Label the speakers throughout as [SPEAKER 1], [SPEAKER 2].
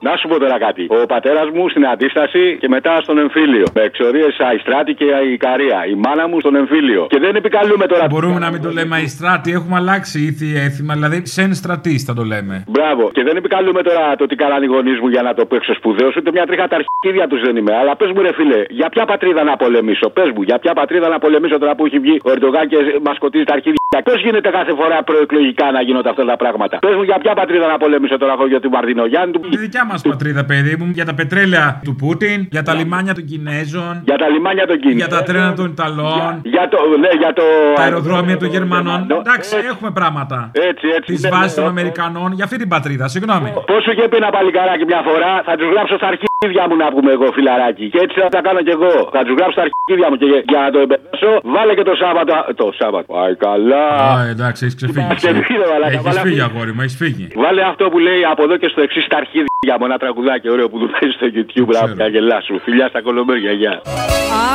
[SPEAKER 1] Να σου πω τώρα κάτι. Ο πατέρας μου στην αντίσταση και μετά στον εμφύλιο. Με εξορίες Αϊστράτη και η Καρία. Η μάνα μου στον εμφύλιο. Και δεν επικαλούμε τώρα.
[SPEAKER 2] Μπορούμε να μην το λέμε Αϊστράτη, έχουμε αλλάξει ήθη έθιμα. Δηλαδή, σεν στρατής θα το λέμε.
[SPEAKER 1] Μπράβο. Και δεν επικαλούμε τώρα το τι κάνανε οι γονείς μου για να το παίξω σπουδαίος. Ούτε μια τρίχα τα αρχίδια τους δεν είμαι. Αλλά πες μου, ρε φίλε, για ποια πατρίδα να πολεμήσω. Πες μου, για ποια πατρίδα να πολεμήσω τώρα που έχει βγει ο Ερντογάν και μας σκοτίζει τα αρχίδια. Πώ γίνεται κάθε φορά προεκλογικά να γίνονται αυτά τα πράγματα. Πες μου, για ποια πατρίδα να πολεμήσω τώρα εγώ για την Μαρδινογιάννη του.
[SPEAKER 2] Η δικιά μας πατρίδα, παιδί μου, για τα πετρέλαια του Πούτιν, για τα λιμάνια των Κινέζων,
[SPEAKER 1] Για τα λιμάνια των Κινέζων.
[SPEAKER 2] για τα τρένα των Ιταλών,
[SPEAKER 1] Για το. Ναι, για το. Ναι,
[SPEAKER 2] τα αεροδρόμια των Γερμανών.
[SPEAKER 1] Νο-
[SPEAKER 2] Εντάξει,
[SPEAKER 1] έτσι,
[SPEAKER 2] έχουμε πράγματα.
[SPEAKER 1] Έτσι, έτσι.
[SPEAKER 2] Τις
[SPEAKER 1] ναι,
[SPEAKER 2] βάσει
[SPEAKER 1] ναι,
[SPEAKER 2] των
[SPEAKER 1] ναι.
[SPEAKER 2] Αμερικανών για αυτή την πατρίδα, συγγνώμη.
[SPEAKER 1] Πόσο είχε πει ένα παλικάράκι μια φορά, θα τους γράψω στα αρχίδια μου να πούμε εγώ, φιλαράκι. Και έτσι θα τα κάνω κι εγώ. Θα τους γράψω στα αρχίδια μου και για να το εμπεδώσω, βάλε και το Σάββατο. Το Σάββατο. Πάει καλά.
[SPEAKER 2] Α, εντάξει, έχεις ξεφύγει.
[SPEAKER 1] Εντάξει, φίλε, μαλάκα,
[SPEAKER 2] Έχει
[SPEAKER 1] βάλα-
[SPEAKER 2] φύγει, αγόρι μου, έχεις φύγει.
[SPEAKER 1] Βάλε αυτό που λέει από εδώ και στο εξής τα αρχίδια μου. Ένα τραγουδάκι ωραίο που του παίζεις στο YouTube. Μπράβο,
[SPEAKER 2] ξέρω.
[SPEAKER 1] να γελάσου. Φιλιά στα κολομπέρια, γεια.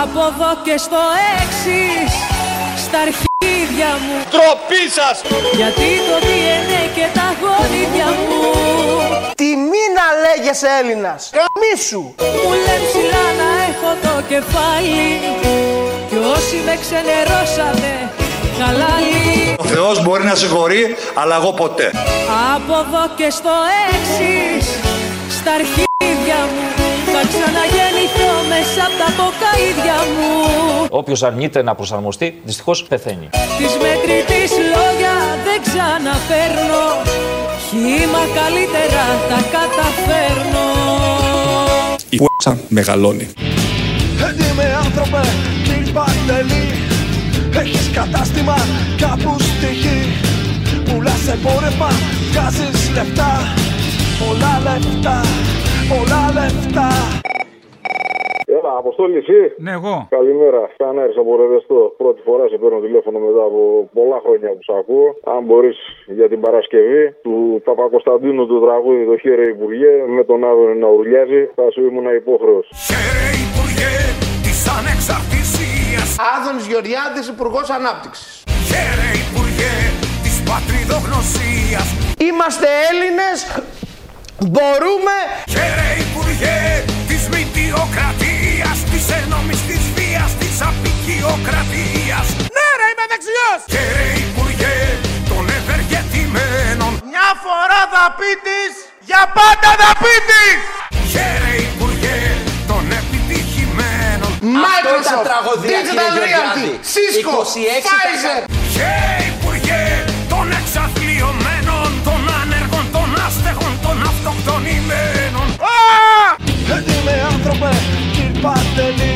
[SPEAKER 3] Από εδώ και στο έξι στα αρχίδια μου
[SPEAKER 4] Τροπή σας!
[SPEAKER 3] γιατί το DNA και τα γονίδια μου
[SPEAKER 5] Τιμή να λέγεσαι Έλληνας. Καμίσου.
[SPEAKER 3] μου λένε ψηλά να έχω το κεφάλι και όσοι με ξενερώσανε χαλάλι
[SPEAKER 4] Ο Θεός μπορεί να συγχωρεί, αλλά εγώ ποτέ.
[SPEAKER 3] Από εδώ και στο έξι στα αρχίδια μου θα ξαναγεννηθώ μέσα από τα ποκαίδια μου
[SPEAKER 6] Όποιος αρνείται να προσαρμοστεί, δυστυχώς πεθαίνει.
[SPEAKER 3] Της μετρητής λόγια δεν ξαναφέρνω Χήμα καλύτερα τα καταφέρνω
[SPEAKER 7] Η πουέξα μεγαλώνει.
[SPEAKER 4] Δεν είμαι άνθρωπε, την παντελή. Έχεις κατάστημα κάπου στη γη. Πουλάς εμπόρευμα, βγάζεις λεφτά. Πολλά λεφτά, πολλά λεφτά.
[SPEAKER 8] Έλα, αποστόλη εσύ.
[SPEAKER 2] Ναι, εγώ.
[SPEAKER 8] Καλημέρα. Κανάρι από Ρεδεστό. Πρώτη φορά σε παίρνω τηλέφωνο μετά από πολλά χρόνια που σε ακούω. Αν μπορείς για την Παρασκευή του Παπακοσταντίνου του τραγούδι Το Χέρι Υπουργέ με τον Άδωνη να ουρλιάζει, θα σου ήμουν υπόχρεος.
[SPEAKER 4] Χαίρε Υπουργέ της Ανεξαρτησίας
[SPEAKER 5] Άδωνης Γεωργιάδης, Υπουργός Ανάπτυξης.
[SPEAKER 4] Χαίρε Υπουργέ της Πατριδογνωσίας
[SPEAKER 5] Είμαστε Έλληνες. Μπορούμε.
[SPEAKER 4] Χαίρε Υπουργέ της Μητιοκρατίας Της Ένωμης της Βίας της Απικιοκρατίας Ναι ρε είμαι δεξιός Χαίρε Υπουργέ των Ευεργετημένων
[SPEAKER 5] Μια φορά θα πείτης. Για πάντα θα πείτης.
[SPEAKER 4] Χαίρε Υπουργέ των Επιτυχημένων
[SPEAKER 5] Microsoft, Digital Realty, Cisco, Pfizer.
[SPEAKER 4] Χαίρε Υπουργέ των Εξαθλειωμένων Των Ανέργων, των Άστεγων, των Αυτοκτονημένων
[SPEAKER 9] Δεν είμαι άνθρωπε, κύριε Παντελή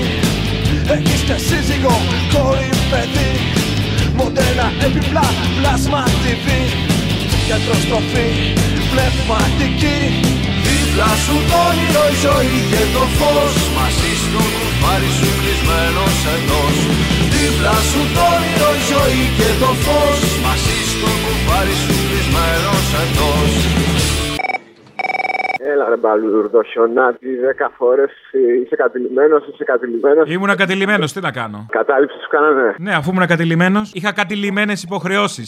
[SPEAKER 9] Έχεις και σύζυγο, κόρη, παιδί Μοντέλα επιπλά, πλάσμα TV Κεντροστροφή, πνευματική Δίπλα σου το όνειρο, η ζωή και το φως Μαζί στο κουφάρι σου κλεισμένος ενός Δίπλα σου το όνειρο, η ζωή και το φως Μαζί στο κουφάρι σου κλεισμένος ενός
[SPEAKER 8] Έλα ρε μπαλουρδοσιονάτη, δέκα φορές είσαι κατηλημένος, είσαι κατηλημένος.
[SPEAKER 2] Ήμουνα κατηλημένος, τι να κάνω.
[SPEAKER 8] Κατάληψη σου κάνανε.
[SPEAKER 2] Ναι, αφού ήμουν κατηλημένος, είχα κατηλημένες υποχρεώσεις.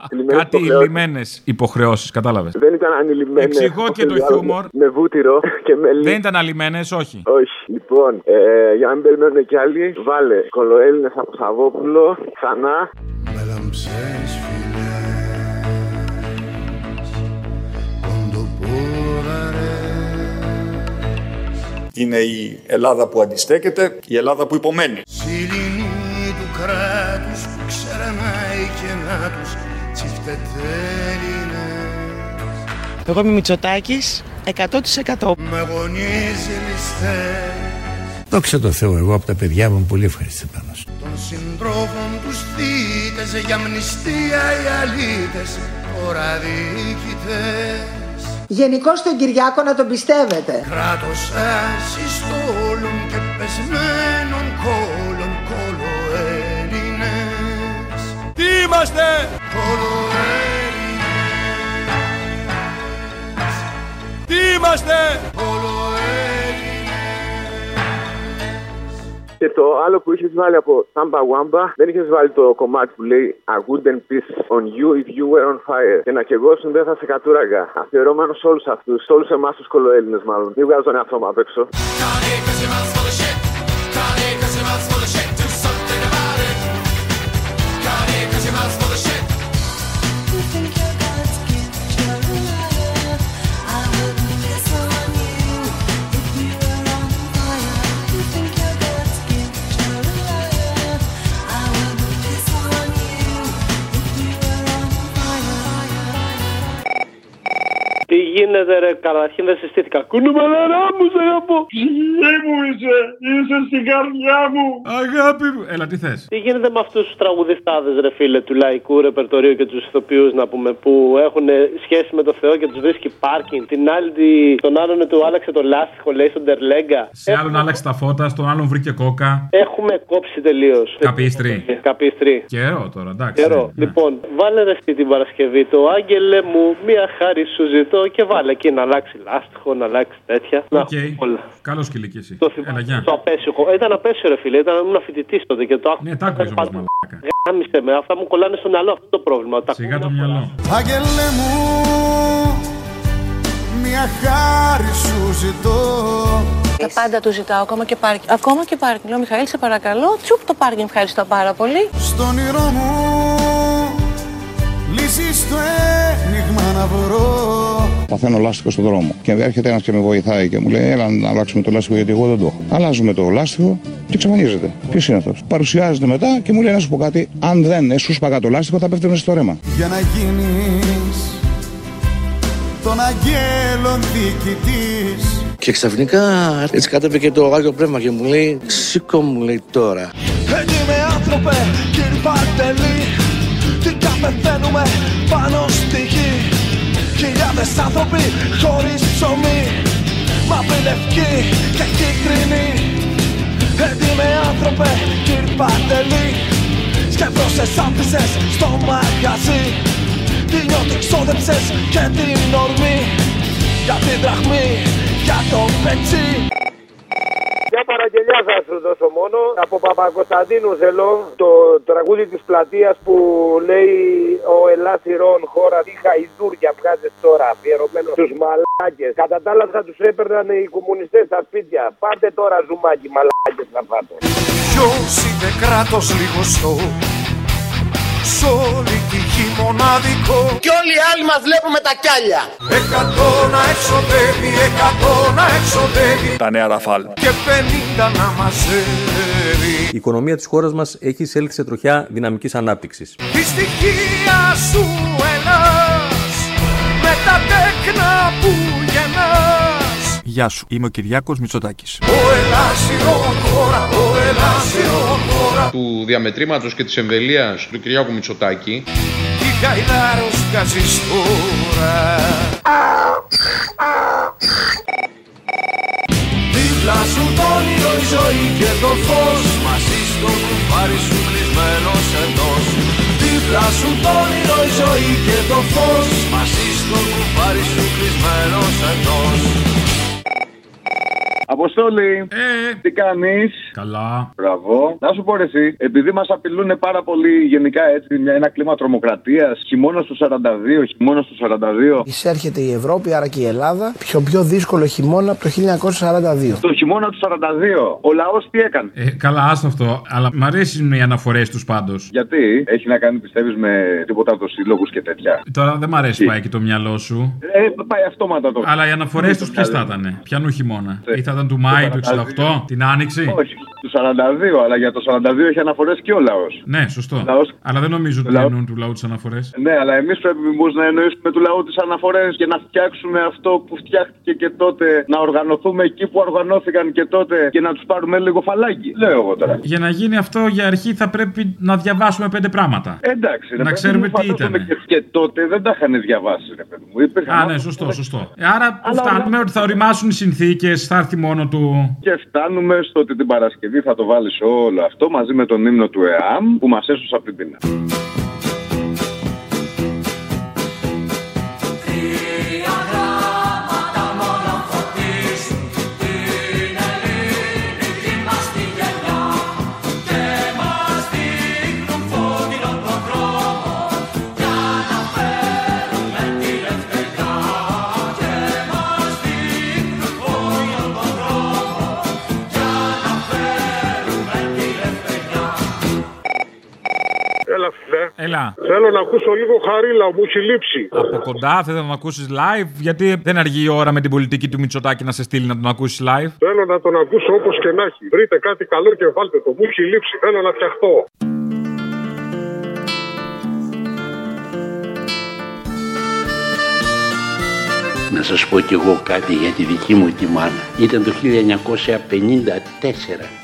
[SPEAKER 8] Κατηλημένες
[SPEAKER 2] Κατηλημένε υποχρεώσεις, κατάλαβες.
[SPEAKER 8] Δεν ήταν ανηλυμένες.
[SPEAKER 2] Εξηγώ
[SPEAKER 8] όπως
[SPEAKER 2] και το
[SPEAKER 8] διάλογο,
[SPEAKER 2] χιούμορ.
[SPEAKER 8] Με βούτυρο και με λί-
[SPEAKER 2] Δεν ήταν αλλημένε, όχι.
[SPEAKER 8] Όχι. Λοιπόν, ε, για να μην περιμένουν κι άλλοι, βάλε κολοέλληνες από Σαββόπουλο, ξανά.
[SPEAKER 9] με λαμψές φυλές κοντοπόραρες
[SPEAKER 7] Είναι η Ελλάδα που αντιστέκεται, η Ελλάδα που υπομένει.
[SPEAKER 9] σιλινοί του κράτους που ξερανάει και να τους τσιφτετέλινες
[SPEAKER 5] Εγώ είμαι Μητσοτάκης, 100%.
[SPEAKER 9] με γονείς ληστές
[SPEAKER 10] Δόξα τω Θεώ, εγώ από τα παιδιά μου είμαι πολύ ευχαριστημένος.
[SPEAKER 9] των συντρόφων τους θύτες για μνηστία οι αλήτες τώρα διοικητές
[SPEAKER 5] Γενικώ τον Κυριάκο να τον πιστεύετε.
[SPEAKER 9] Κράτος ασυστόλων και πεσμένων κόλων κολοέλληνες
[SPEAKER 4] Είμαστε
[SPEAKER 9] Κολοέλληνες
[SPEAKER 4] Τι είμαστε!
[SPEAKER 9] Κολοέλληνες
[SPEAKER 8] Και το άλλο που είχες βάλει από Samba Wamba, δεν είχες βάλει το κομμάτι που λέει I wouldn't piss on you if you were on fire. Και να και εγώ δεν θα σε κατούραγα. Αφιερώμενο σε όλους αυτούς, σε όλους εμάς τους κολοέλληνες μάλλον. Μην βγάζω τον εαυτό μου απ' έξω.
[SPEAKER 11] Τι γίνεται ρε, καταρχήν δεν συστήθηκα. Κουνούμελαρά μου σε αγαπώ. Ψυχή μου είσαι, είσαι στην καρδιά μου.
[SPEAKER 2] Αγάπη μου. Έλα, τι θες.
[SPEAKER 11] Τι γίνεται με αυτούς τους τραγουδιστάδες, ρε φίλε, του λαϊκού ρεπερτορίου και τους ηθοποιούς, να πούμε, που έχουν σχέση με το Θεό και τους βρίσκει πάρκινγκ. Την άλλη, τη- τον άλλον του άλλαξε το λάστιχο, λέει στον Τερλέγκα.
[SPEAKER 2] Σε άλλον άλλαξε τα φώτα, στον άλλον βρήκε κόκα.
[SPEAKER 11] Έχουμε κόψει τελείως.
[SPEAKER 2] Καπίστρι.
[SPEAKER 11] Καπίστρι.
[SPEAKER 2] Καιρό τώρα, εντάξει. Ναι.
[SPEAKER 11] Καιρό. Λοιπόν, βάλε ρε αυτή την Παρασκευή το Άγγελε μου, μία χάρη σου ζητώ και βάλε εκεί να αλλάξει λάστιχο, να αλλάξει τέτοια. Να
[SPEAKER 2] Οκ. Καλό σκυλί και εσύ. Έλα, γεια.
[SPEAKER 11] Το απέσιο. χο- Ήταν απέσιο, ρε φίλε. Ήταν, ήμουν φοιτητής τότε και το άκουγα. Ναι, τα άκουγες όμως, Γάμισε με. Αυτά μου κολλάνε στο μυαλό. Αυτό το πρόβλημα. Τα Σιγά το μυαλό.
[SPEAKER 12] Άγγελε μου, μια χάρη σου ζητώ.
[SPEAKER 13] Τα πάντα του ζητάω, ακόμα και πάρκινγκ. Ακόμα και πάρκινγκ. Λέω Μιχαήλ, σε παρακαλώ. Τσουπ το πάρκινγκ, ευχαριστώ πάρα πολύ.
[SPEAKER 12] Στον όνειρό μου, λύση στο ένιγμα να βρω.
[SPEAKER 14] Παθαίνω λάστιχο στον δρόμο. Και έρχεται ένας και με βοηθάει και μου λέει: Έλα να αλλάξουμε το λάστιχο γιατί εγώ δεν το έχω. Αλλάζουμε το λάστιχο και εξαφανίζεται. Ποιος είναι αυτός. Παρουσιάζεται μετά και μου λέει: Να σου πω κάτι. Αν δεν σου σπαγά το λάστιχο, θα πέφτουν στο ρέμα.
[SPEAKER 12] Για να γίνεις των αγγέλων διοικητής.
[SPEAKER 15] Και ξαφνικά έτσι κατέβηκε και το Άγιο Πνεύμα και μου λέει Σήκω μου λέει τώρα
[SPEAKER 9] Έτσι με άνθρωπε κύριε Παρτελή Τι τα πεθαίνουμε πάνω στη γη Χιλιάδες άνθρωποι χωρίς ψωμί Μαύρη λευκή και κίτρινη Έτσι με άνθρωπε κύριε Παρτελή Σκεφτώσες άφησες στο μαγαζί Τη νιώτη ξόδεψες και την ορμή Για την δραχμή, για το πετσί
[SPEAKER 1] Μια παραγγελιά θα σου δώσω μόνο από Παπακοσταντίνου Ζελό το τραγούδι της πλατείας που λέει ο Ελλάθυρον χώρα τι χαϊδούρια βγάζεις τώρα αφιερωμένο στους μαλάκες κατά τα άλλα θα τους έπαιρναν οι κομμουνιστές στα σπίτια πάτε τώρα ζουμάκι μαλάκες να πάτε
[SPEAKER 4] Ποιος είναι κράτος λιγοστό Σ' όλη τη γη μοναδικό
[SPEAKER 5] Και όλοι οι άλλοι μας βλέπουμε τα κιάλια
[SPEAKER 4] Εκατό να εξοδεύει, εκατό να εξοδεύει
[SPEAKER 7] Τα νέα Ραφάλ.
[SPEAKER 4] Και πενήντα να μαζεύει
[SPEAKER 16] Η οικονομία της χώρας μας έχει εισέλθει σε τροχιά δυναμικής ανάπτυξης.
[SPEAKER 4] Τη στοιχεία σου ελάς Με τα τέκνα που γεννάς
[SPEAKER 17] Γεια σου, είμαι ο Κυριάκος Μητσοτάκης.
[SPEAKER 4] Ο Ελλάσιον χώρα, ο Ελλάσιον χώρα
[SPEAKER 18] του διαμετρήματος και της εμβελίας του Κυριάκου Μητσοτάκη.
[SPEAKER 4] Τι γαϊδάρος βγάζεις τώρα Δίπλα σου το όνειρο η ζωή και το φως Μαζί στο κουμπάρι σου κλεισμένος εντός Δίπλα σου το όνειρο η ζωή και το φως Μαζί στο κουμπάρι σου κλεισμένος εντός
[SPEAKER 19] Αποστόλη, τι κάνεις.
[SPEAKER 2] Ε, Καλά.
[SPEAKER 19] Μπράβο. Να σου πω ρε εσύ, επειδή μας απειλούν πάρα πολύ γενικά έτσι, μια, ένα κλίμα τρομοκρατίας, χειμώνας του 42, χειμώνας του 42.
[SPEAKER 20] Εισέρχεται η Ευρώπη, άρα και η Ελλάδα, πιο πιο δύσκολο χειμώνα από το 1942.
[SPEAKER 19] Το χειμώνα του 42, ο λαός τι έκανε.
[SPEAKER 2] Ε, καλά, άστο αυτό. Αλλά μ' αρέσουν οι αναφορές τους πάντως.
[SPEAKER 19] Γιατί έχει να κάνει, πιστεύεις, με τίποτα από τους συλλόγους και τέτοια.
[SPEAKER 2] Τώρα δεν μ' αρέσει πάει και το μυαλό σου.
[SPEAKER 19] Ε, πάει αυτόματα το.
[SPEAKER 2] Αλλά οι αναφορές του ποιε
[SPEAKER 11] Ναι.
[SPEAKER 2] θα ήταν. Πιανού χειμώνα.
[SPEAKER 11] Ε,
[SPEAKER 2] Ή θα ήταν του Μάη του 68, την Άνοιξη.
[SPEAKER 19] Όχι, του 42, αλλά για το 42 έχει αναφορές και ο λαός.
[SPEAKER 2] Ναι, σωστό.
[SPEAKER 19] Λαός.
[SPEAKER 2] Αλλά δεν νομίζω ότι εννοούν του λαού τις αναφορές.
[SPEAKER 19] Ναι, αλλά εμείς πρέπει μήπως να εννοήσουμε του λαού τις αναφορές και να φτιάξουμε αυτό που φτιάχτηκε και τότε, να οργανωθούμε εκεί που οργανώθηκαν και τότε και να τους πάρουμε λίγο φαλάκι. Λέω εγώ τώρα.
[SPEAKER 2] Για να γίνει αυτό για αρχή θα πρέπει να διαβάσουμε πέντε πράγματα.
[SPEAKER 19] Εντάξει, ρε
[SPEAKER 2] Να
[SPEAKER 19] παιδί
[SPEAKER 2] ξέρουμε
[SPEAKER 19] μου,
[SPEAKER 2] τι
[SPEAKER 19] φαντάζομαι
[SPEAKER 2] ήταν.
[SPEAKER 19] Και, και τότε δεν τα είχαν διαβάσει, ρε παιδί μου. Υπήρχαν
[SPEAKER 2] Α,
[SPEAKER 19] άνθρωποι
[SPEAKER 2] ναι,
[SPEAKER 19] που
[SPEAKER 2] σωστό,
[SPEAKER 19] δεν-
[SPEAKER 2] σωστό. Ε, Άρα που
[SPEAKER 19] Αλλά
[SPEAKER 2] φτάνουμε ότι θα οριμάσουν οι συνθήκες, θα έρθει μόνο του.
[SPEAKER 19] Και φτάνουμε στο ότι την Παρασκευή θα το βάλεις όλο αυτό μαζί με τον ύμνο του ΕΑΜ που μας έσωσε από την πείνα.
[SPEAKER 4] Την ελληνική μας τη γενιά
[SPEAKER 21] Έλα, φίλε.
[SPEAKER 2] Έλα.
[SPEAKER 21] Θέλω να ακούσω λίγο χαρίλα, μου έχει λείψει.
[SPEAKER 2] Από κοντά θα ήθελα να ακούσεις live, γιατί δεν αργεί η ώρα με την πολιτική του Μητσοτάκη να σε στείλει να τον ακούσεις live.
[SPEAKER 21] Θέλω να τον ακούσω όπως και να έχει. Βρείτε κάτι καλό και βάλτε το. Μου έχει λείψει. Θέλω να φτιαχτώ.
[SPEAKER 10] Να σας πω κι εγώ κάτι για τη δική μου τη μάνα. Ήταν το 1954.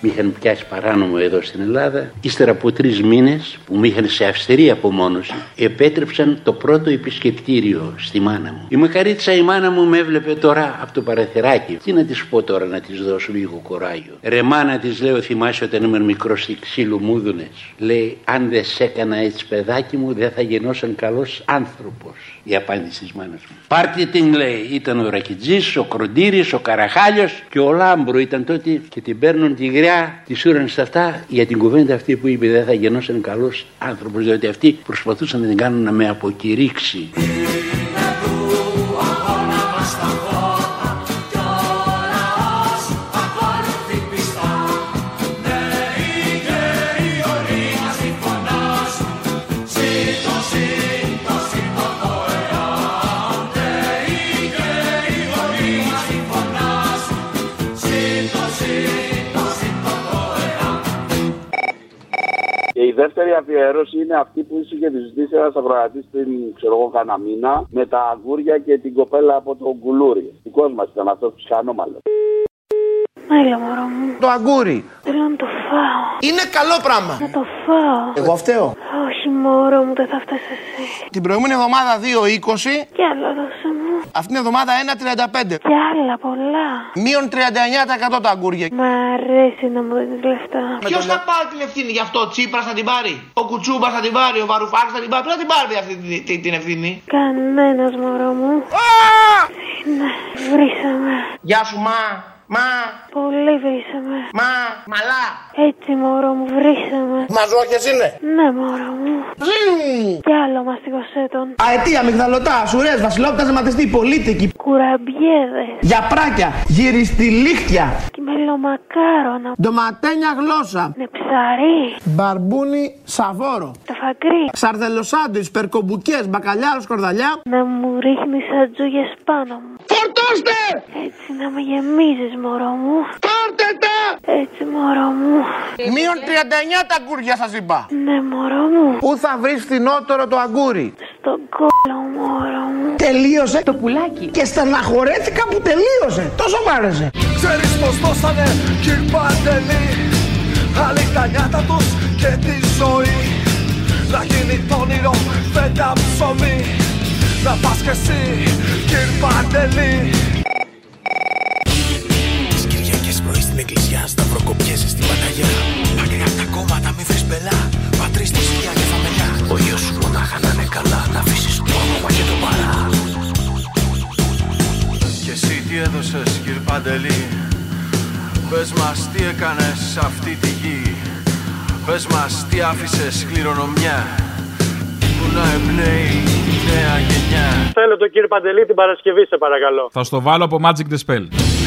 [SPEAKER 10] Με είχαν πιάσει παράνομο εδώ στην Ελλάδα. Ύστερα από τρεις μήνες που με είχαν σε αυστηρή απομόνωση, επέτρεψαν το πρώτο επισκεπτήριο στη μάνα μου. Η μακαρίτσα η μάνα μου με έβλεπε τώρα από το παραθυράκι. Τι να της πω τώρα να της δώσω λίγο κοράγιο. Ρε μάνα της λέω θυμάσαι όταν ήμουν μικρός στη ξύλου μούδουνες. Λέει αν δεν σε έκανα έτσι παιδάκι μου δεν θα γινώσαν καλός άνθρωπος. Η απάντηση της μάνας μου. Πάρτε την λέει ήταν ο Ρακιτζής, ο Κροντήρης, ο Καραχάλιος και ο Λάμπρο ήταν τότε και την παίρνουν τη γριά, τη σούραν σε αυτά για την κουβέντα αυτή που είπε δεν θα γινώσαν καλός άνθρωπος διότι αυτοί προσπαθούσαν να την κάνουν να με αποκηρύξει.
[SPEAKER 1] Και η δεύτερη αφιέρωση είναι αυτή που ίσω είχε ζητήσει ένας ακροατής πριν, ξέρω εγώ, κάνα μήνα, με τα αγγούρια και την κοπέλα από το γκουλούρι. Δικός μας ήταν αυτός που ψυχανόμαλε.
[SPEAKER 22] Έλα, μωρό μου.
[SPEAKER 5] Το αγκούρι.
[SPEAKER 22] Θέλω να το φάω.
[SPEAKER 5] Είναι καλό πράγμα.
[SPEAKER 22] Να το φάω.
[SPEAKER 5] Εγώ φταίω.
[SPEAKER 22] Όχι, μωρό μου, δεν θα φτάσει εσύ.
[SPEAKER 5] Την προηγούμενη εβδομάδα 2,20.
[SPEAKER 22] Κι άλλο δώσε μου.
[SPEAKER 5] Αυτήν την εβδομάδα 1,35.
[SPEAKER 22] Κι άλλα πολλά.
[SPEAKER 5] Μείον 39% τα αγκούρια.
[SPEAKER 22] Μ' αρέσει να μου δίνεις λεφτά.
[SPEAKER 5] Ποιος θα πάρει την ευθύνη γι' αυτό, ο Τσίπρας θα την πάρει. Ο Κουτσούμπας θα την πάρει, ο Βαρουφάκης θα την πάρει. Ποιος θα την πάρει αυτή την, την, την ευθύνη.
[SPEAKER 22] Κανένας, μωρό μου. Ναι, βρήσαμε.
[SPEAKER 5] Γεια σου, μα. Μα.
[SPEAKER 22] Πολύ βρήσαμε.
[SPEAKER 5] Μα. Μαλά.
[SPEAKER 22] Έτσι, μωρό μου, βρήσαμε.
[SPEAKER 5] Μαζόχε είναι.
[SPEAKER 22] Ναι, μωρό μου.
[SPEAKER 5] Ζιν.
[SPEAKER 22] Κι άλλο μαστιγοσέτων.
[SPEAKER 5] Αετία, μυγδαλωτά, σουρέ, βασιλόπτα, ματιστή, πολίτικη.
[SPEAKER 22] Κουραμπιέδες.
[SPEAKER 5] Γιαπράκια, γυριστιλίχτια.
[SPEAKER 22] Και μελομακάρονα.
[SPEAKER 5] Ντοματένια γλώσσα.
[SPEAKER 22] Νεψαρί.
[SPEAKER 5] Μπαρμπούνι σαβόρο.
[SPEAKER 22] Τα φακρί.
[SPEAKER 5] Σαρδελοσάντουιτ, περκομπουκές, μπακαλιάρο, σκορδαλιά.
[SPEAKER 22] Να μου ρίχνεις ατζούγες πάνω μου.
[SPEAKER 5] Φορτώστε!
[SPEAKER 22] Έτσι να με γεμίζεις, μωρό μου.
[SPEAKER 5] Πάρτε τα!
[SPEAKER 22] Έτσι, μωρό μου.
[SPEAKER 5] Μείον 39 τα αγκούρια σας είπα.
[SPEAKER 22] Ναι, μωρό μου.
[SPEAKER 5] Πού θα βρεις φθηνότερο το αγκούρι.
[SPEAKER 22] Στον κόλλο, μωρό μου.
[SPEAKER 5] Τελείωσε
[SPEAKER 23] Το πουλάκι.
[SPEAKER 5] και στεναχωρέθηκα που τελείωσε. Τόσο μ' άρεσε.
[SPEAKER 24] Ξέρεις πως δώσανε κυρ Παντελή Άλλοι τα νιάτα τους και τη ζωή Να γίνει το όνειρο φέτα ψωμί Να πας κι εσύ κυρ Παντελή
[SPEAKER 25] Τις Κυριακές πρωί στην εκκλησιά Σταυροκοπιέσαι στην Παναγιά Μακριά απ' τα κόμματα μη βρεις μπελά Πατρίς τη σκιά και θα μελιά Ο γιος σου μονάχα να είναι καλά Να αφήσεις το όνομα και το παρά
[SPEAKER 4] Και εσύ τι έδωσες κύρ Παντελή Πες μας τι έκανες σε αυτή τη γη Πες μας τι άφησες κληρονομιά Που να εμπνέει τη νέα γενιά
[SPEAKER 26] Θέλω τον κύριο Παντελή την Παρασκευή, σε παρακαλώ.
[SPEAKER 2] Θα στο βάλω από Magic the Spell.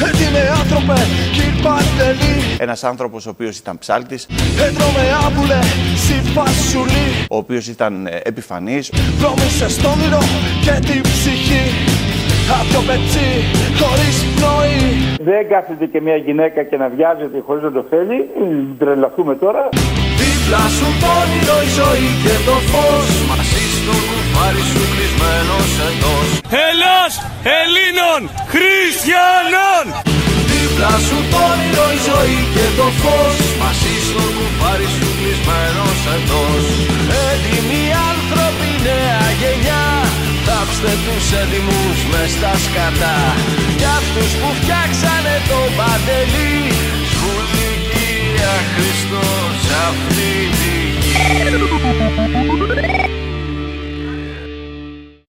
[SPEAKER 24] Έτσι με άνθρωπε κύρ Παντελή
[SPEAKER 14] Ένας άνθρωπος ο οποίος ήταν ψάλτης,
[SPEAKER 24] Έτρωμε άμπουλε στη φασουλή
[SPEAKER 14] ο οποίος ήταν ε, επιφανής,
[SPEAKER 24] Δρόμησε στο όνειρο και την ψυχή Απ' το πετσί χωρίς πνοή
[SPEAKER 27] Δεν κάθεται και μια γυναίκα και να βιάζεται χωρίς να το θέλει. Μ, Τρελαθούμε τώρα.
[SPEAKER 4] Δίπλα σου το όνειρο η ζωή και το φως Μαζί στο κουφάρι σου κλεισμένος εντός Ελλάς Ελλήνων Χριστιανών Δίπλα σου το όνειρο η ζωή και το φως Μαζί στο κουφάρι σου κλεισμένος εντός Ε, Έτοιμοι άνθρωποι νέα γενιά Θάψτε τους έτοιμους μες στα σκατά Κι αυτούς που φτιάξανε το παντελή Σπουδή Κυρία Χριστός αυτή τη γη.